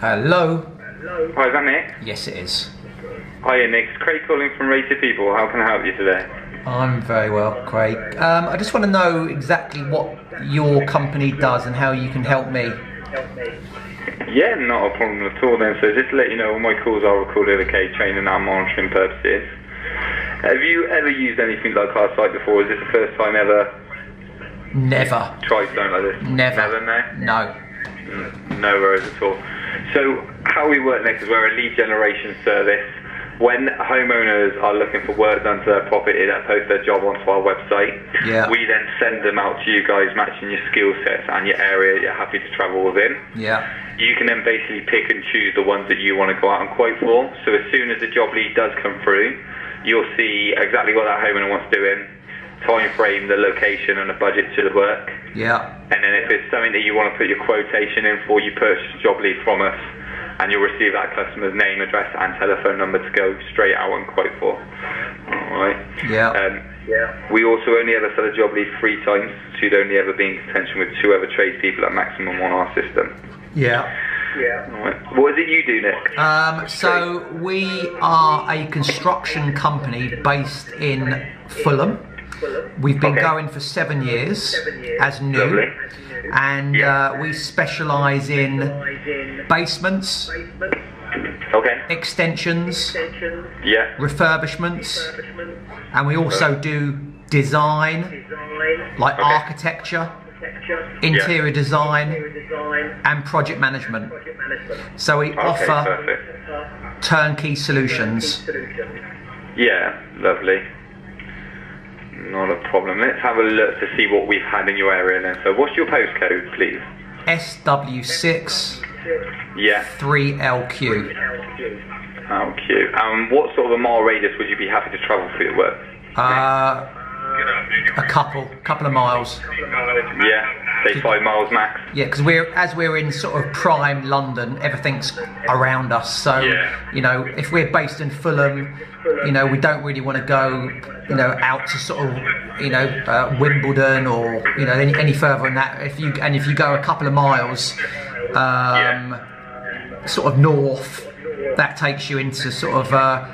Hello. Hi, is that Nick? Yes, it is. Hiya, Nick. It's Craig calling from Rated People. How can I help you today? I'm very well, Craig. Um, I just want to know exactly what your company does and how you can help me. Yeah, not a problem at all then. So just to let you know, all my calls are recorded, okay, training and monitoring purposes. Have you ever used anything like our site before? Is this the first time ever Never. tried something like this? Never. Never, no? No. N- No worries at all. So how we work next is we're a lead generation service. When homeowners are looking for work done to their property, they post their job onto our website. Yeah. We then send them out to you guys, matching your skill sets and your area you're happy to travel within. Yeah. You can then basically pick and choose the ones that you want to go out and quote for. So as soon as the job lead does come through, you'll see exactly what that homeowner wants doing, time frame, the location, and the budget to the work. Yeah. And then if it's something that you want to put your quotation in for, you purchase a job lead from us, and you'll receive that customer's name, address, and telephone number to go straight out and quote for. All right. Yeah. Um, yeah. We also only ever sell a job lead three times, so you'd only ever be in contention with two other tradespeople at maximum on our system. Yeah. Right. What is it you do, Nick? Um, so we are a construction company based in Fulham. We've been Okay. going for seven years as new, Lovely. and Yeah. uh, we specialise in basements, Okay. extensions, Yeah. refurbishments, and we also do design, like Okay. architecture, interior design, and project management. So we Okay, offer perfect. turnkey solutions. Yeah, lovely. Not a problem. Let's have a look to see what we've had in your area then. So what's your postcode, please? SW6 Yeah. 3LQ. How cute. And what sort of a mile radius would you be happy to travel for your work? Uh, a couple, couple of miles. Yeah, say five miles max. Yeah, because we're as we're in sort of prime London, everything's around us. So Yeah. you know, if we're based in Fulham, you know, we don't really want to go, you know, out to sort of, you know, uh, Wimbledon or you know any, any further than that. If you and if you go a couple of miles, um, sort of north, that takes you into sort of uh,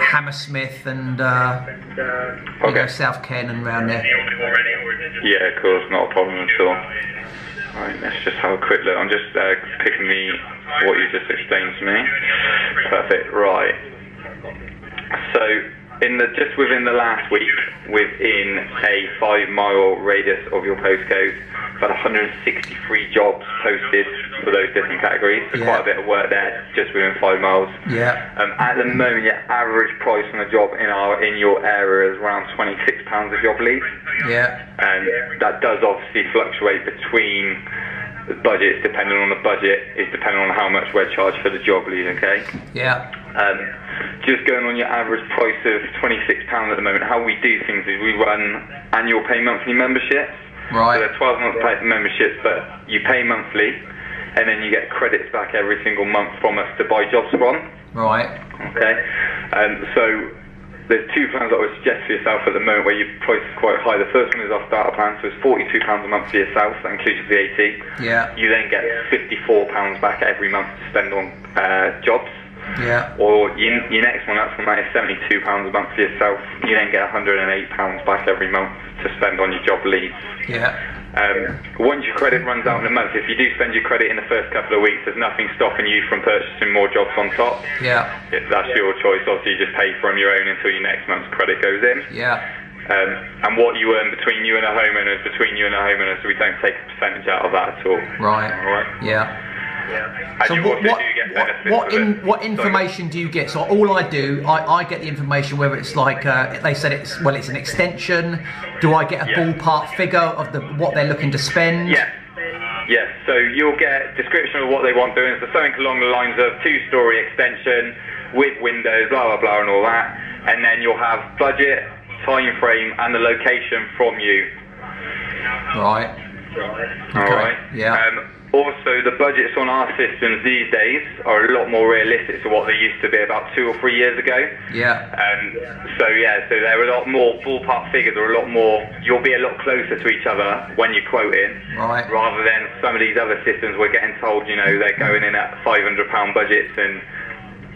Hammersmith and uh, you know Okay. South Ken and round there. Yeah, of course, not a problem at all. Right, let's just have a quick look. I'm just uh, picking the what you just explained to me. Perfect. Right. So, in the just within the last week, within a five-mile radius of your postcode, about 163 jobs posted for those different categories. So Yeah. quite a bit of work there, just within five miles. Yeah. Um, at the moment, your average price on a job in our in your area is around 26 pounds a job lead Yeah. and that does obviously fluctuate between the budgets depending on the budget is depending on how much we're charged for the job lead okay Yeah. um, just going on your average price of £26 at the moment how we do things is we run annual pay monthly memberships Right. so they're 12 month pay memberships but you pay monthly and then you get credits back every single month from us to buy jobs from Right. Okay. Um, so there's two plans that I would suggest for yourself at the moment where your price is quite high. The first one is our starter plan, so it's forty-two pounds a month for yourself, inclusive VAT. Yeah. You then get fifty-four pounds back every month to spend on uh, jobs. Yeah. Or your, your next one, that's one that is seventy-two pounds a month for yourself. You then get hundred and eight pounds back every month to spend on your job leads. Yeah. Um, once your credit runs out in a month, if you do spend your credit in the first couple of weeks, there's nothing stopping you from purchasing more jobs on top. Yeah. If that's your choice, obviously you just pay from your own until your next month's credit goes in. Yeah. Um, and what you earn between you and a homeowner is between you and a homeowner, so we don't take a percentage out of that at all. All Right. right. Yeah. And So you what also what, do what, get benefits what, of it. in, what Sorry. information do you get? So all I do, I, I get the information whether it's like uh, they said it's well, it's an extension. Do I get a Yeah. ballpark figure of the what they're looking to spend? Yes. Yes. So you'll get description of what they want doing. So something along the lines of two-story extension with windows, blah blah blah, and all that. And then you'll have budget, time frame, and the location from you. Right. All right. yeah. Um, also, the budgets on our systems these days are a lot more realistic to what they used to be about two or three years ago. Yeah. Um, so yeah, so there are a lot more ballpark figures, or a lot more. You'll be a lot closer to each other when you're quoting, Right. rather than some of these other systems we're getting told, you know, they're going in at 500 pound budgets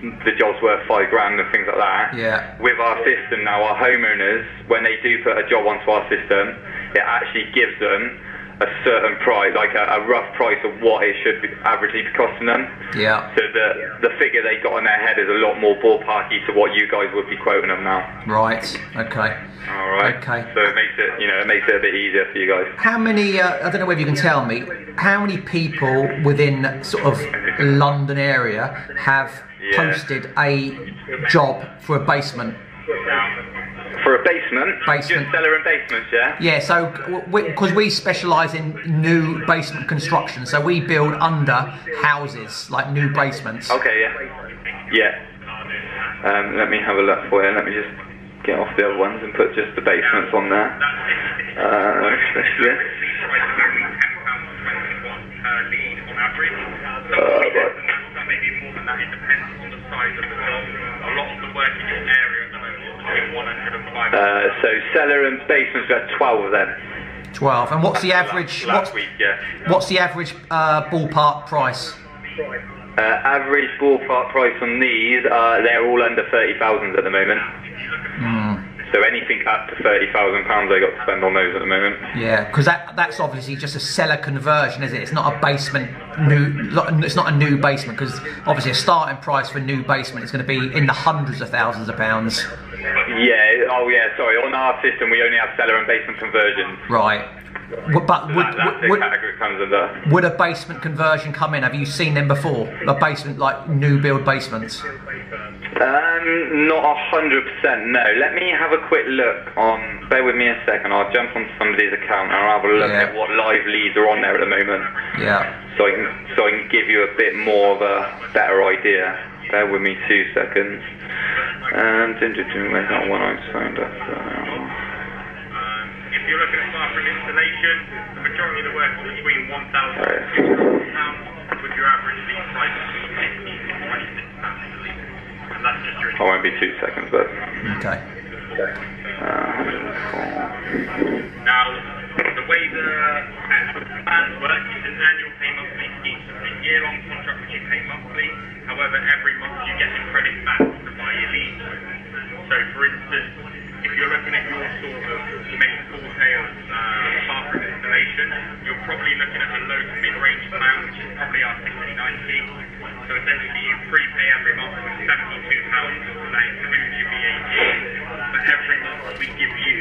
and the job's worth five grand and things like that. Yeah. With our system now, our homeowners, when they do put a job onto our system, it actually gives them a certain price, like a, a rough price of what it should be averagely be costing them. Yeah. So the the figure they got in their head is a lot more ballparky to what you guys would be quoting them now. Right. Okay. All right. Okay. So it makes it you know it makes it a bit easier for you guys. How many? Uh, I don't know whether you can tell me. How many people within sort of London area have Yeah. posted a job for a basement? For a basement, Basement. just cellar and basements, yeah. Yeah, so because we, specialise in new basement construction, so we build under houses, like new basements. Okay, yeah, yeah. Um, let me have a look for you. Let me just get off the other ones and put just the basements on there. Uh, specialist. Uh, so cellar and basements, we've got 12 of them. Twelve. And what's the average? Last, What's, last week, yeah. what's the average uh, ballpark price? Uh, average ballpark price on these, uh, they're all under 30,000 at the moment. Hmm. So anything up to 30,000 pounds they got to spend on those at the moment. Yeah, because that that's obviously just a cellar conversion, is it? It's not a basement new. lo- It's not a new basement because obviously a starting price for a new basement is going to be in the hundreds of thousands of pounds. Yeah, oh yeah, sorry, on our system we only have cellar and basement conversions. Right. W- But So would, that, that's the would, category it comes under. would a basement conversion come in? Have you seen them before? A basement like new build basements. Um, not 100%, no. Let me have a quick look on, bear with me a second, I'll jump onto somebody's account and I'll have a look Yeah. at what live leads are on there at the moment. Yeah. so I can so I can give you a bit more of a better idea. Bear with me two seconds. Um, dun, dun, dun, where's that one I signed up? for? If you're looking at fire from installation, the majority of the work is between 1,000 Right. and 2,000 pounds, with your average lead price between 15 and 26 pounds per litre. And that's just your I won't be two seconds, but Okay. uh, Now, the way the actual plans work is an annual pay monthly scheme. So it's a year-long contract which you pay monthly. However, every month you get the credit back to buy your lead. So, for instance, if you're looking at your sort of maybe full tail uh, bathroom installation, you're probably looking at a low to mid-range plan, which is probably our 6090. So essentially, you prepay every month with seventy-two pounds, and that includes your VAT. But every month we give you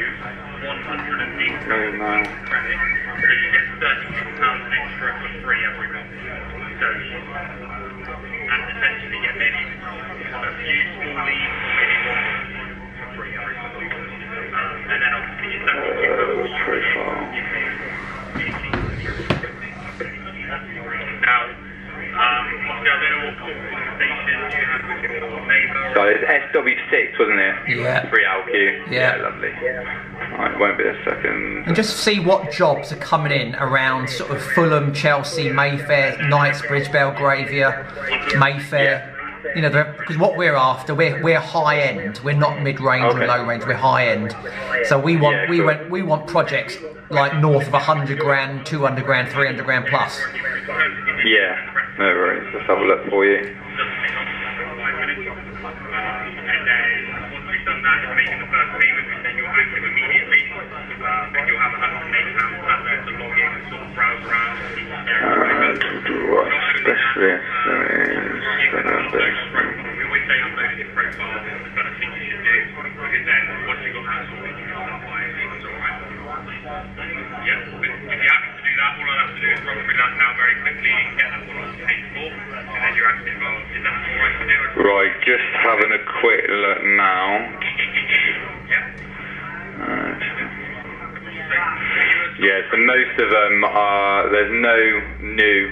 one hundred and eighty Very nice. credit, so you get thirty-two pounds extra for free every month. So, and potentially get maybe a few small leads, maybe one for free every month. Um, and then obviously it's that uh, profile. now, um, obviously I don't know what conversation you had with your neighbour. So it's SW6, wasn't it? Yeah. Free LQ. Mm. Yeah. lovely. Alright, won't be a second. And just see what jobs are coming in around sort of Fulham, Chelsea, Mayfair, Knightsbridge, Belgravia, Mayfair. You know, because what we're after, we're we're high end. We're not mid range Okay. or low range. We're high end. So we want Yeah, we cool. want we want projects like north of hundred grand, two hundred grand, three hundred grand plus. Yeah, no worries. Let's have a look for you. Uh, And then once we've done that, you're making the first payment, and then you're active immediately. Um, and you'll have £108 sat there to log in and sort of browse around. Uh, especially if there is another We always say upload your profile, but I think you should do, because then once you've got that sorted, you can apply it, it's all right. Yeah, but if you're happy to do that, all I'll have to do is run through that now very quickly and get that one on the page for, and then you're active involved. Is that all right to do? Right, just having a quick look now. Yeah. Uh, So, yeah, so most of them are there's no new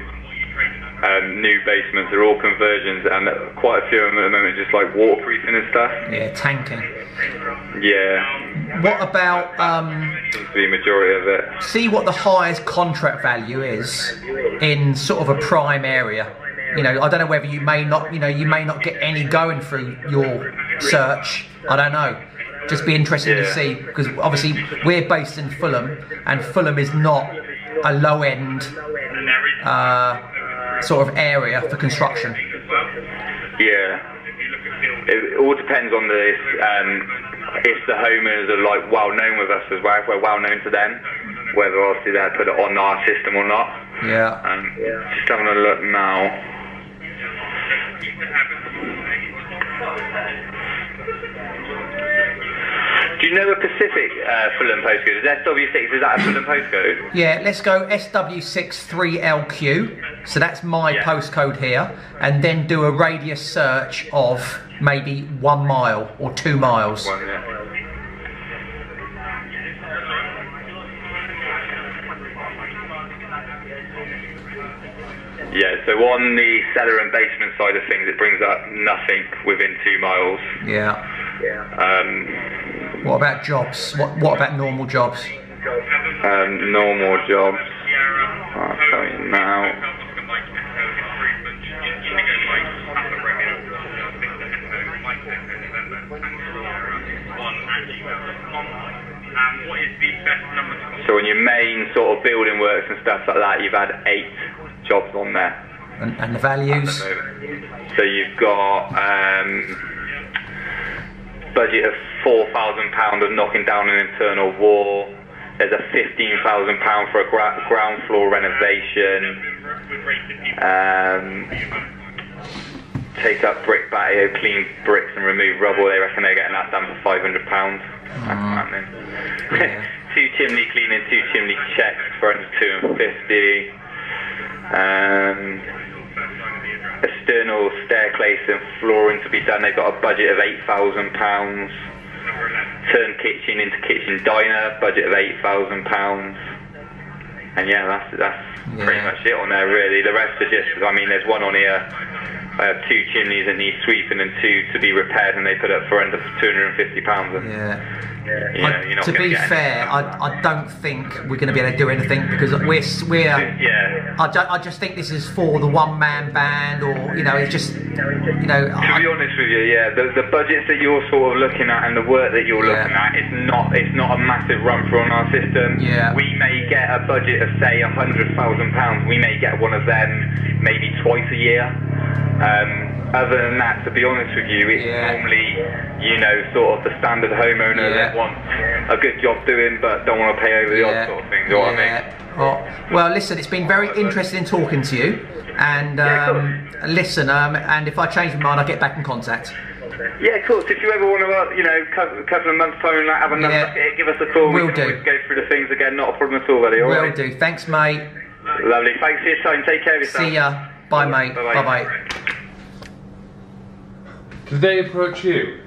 um, new basements. They're all conversions, and quite a few of them at the moment are just like waterproofing and stuff. Yeah, tanking. Yeah, what about um, Seems to be majority of it. see what the highest contract value is in sort of a prime area. You know, I don't know whether you may not, you know, you may not get any going through your search. I don't know. Just be interesting to Yeah. see because obviously we're based in Fulham, and Fulham is not a low end And there is uh, sort of area for construction. as well. Yeah. If you look at field, It all depends on the um, if the homers are like well known with us as well, if we're well known to them, whether obviously they put it on our system or not. Yeah. Um, just having a look now. you could have a Do you know the Pacific uh, Fulham postcode? Is SW6? Is that a Fulham postcode? Yeah, let's go SW63LQ. So that's my Yeah. postcode here. And then do a radius search of maybe one mile or two miles. One, yeah. Yeah, so on the cellar and basement side of things, it brings up nothing within two miles. Yeah. Um, What about jobs? What, what about normal jobs? um, no more jobs. I'll tell you now. Um, what is the best number to So on your main sort of building works and stuff like that, you've had eight jobs on there. And, and the values? So you've got um, budget of four thousand pound of knocking down an internal wall. There's a fifteen thousand pound for a gra- ground floor renovation. Um, take up brick patio, clean bricks and remove rubble. They reckon they're getting that done for five hundred pounds. Yeah. two chimney cleaning, two chimney checks for under two and fifty. Um, external staircase and flooring to be done. They've got a budget of eight thousand pounds. Turn kitchen into kitchen diner. Budget of eight thousand pounds. And yeah, that's that's pretty Yeah. much it on there really. The rest are just. I mean, there's one on here. I have two chimneys that need sweeping and two to be repaired, and they put up for under two hundred and fifty pounds. And Yeah. you I- know, you're not to gonna be get anything fair, done. I, I don't think we're going to be able to do anything because we're. s- we're yeah. I, ju- I just think this is for the one man band or, you know, it's just, you know. To I- be honest with you, yeah, the, the budgets that you're sort of looking at and the work that you're Yeah. looking at, it's not it's not a massive run through on our system. Yeah. We may get a budget of say a hundred thousand pounds. We may get one of them maybe twice a year. Um, other than that, to be honest with you, it's Yeah. normally you know sort of the standard homeowner Yeah. that wants a good job doing but don't want to pay over the odds sort of thing. Do you know what I mean? yeah. Well, well, listen, it's been very interesting talking to you. And Yeah, of um, listen, um, and if I change my mind, I'll get back in contact. Yeah, of course. If you ever want to, uh, you know, cou- couple of months phone, like, have another Yeah. hit, give us a call. Will we can do. always go through the things again. Not a problem at all, buddy. All Will right. do. Thanks, mate. Lovely. Thanks for your time. Take care of yourself. See ya. Bye, mate. Bye-bye. Bye bye. Did they approach you?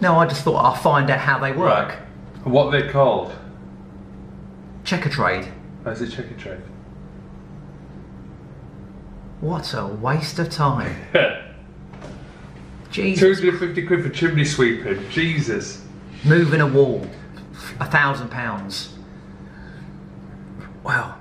No, I just thought I'll find out how they work. What they called? Checker trade. As a checker trade. What a waste of time. Jesus. 250 quid for chimney sweeping. Jesus. Moving a wall. A thousand pounds. Wow.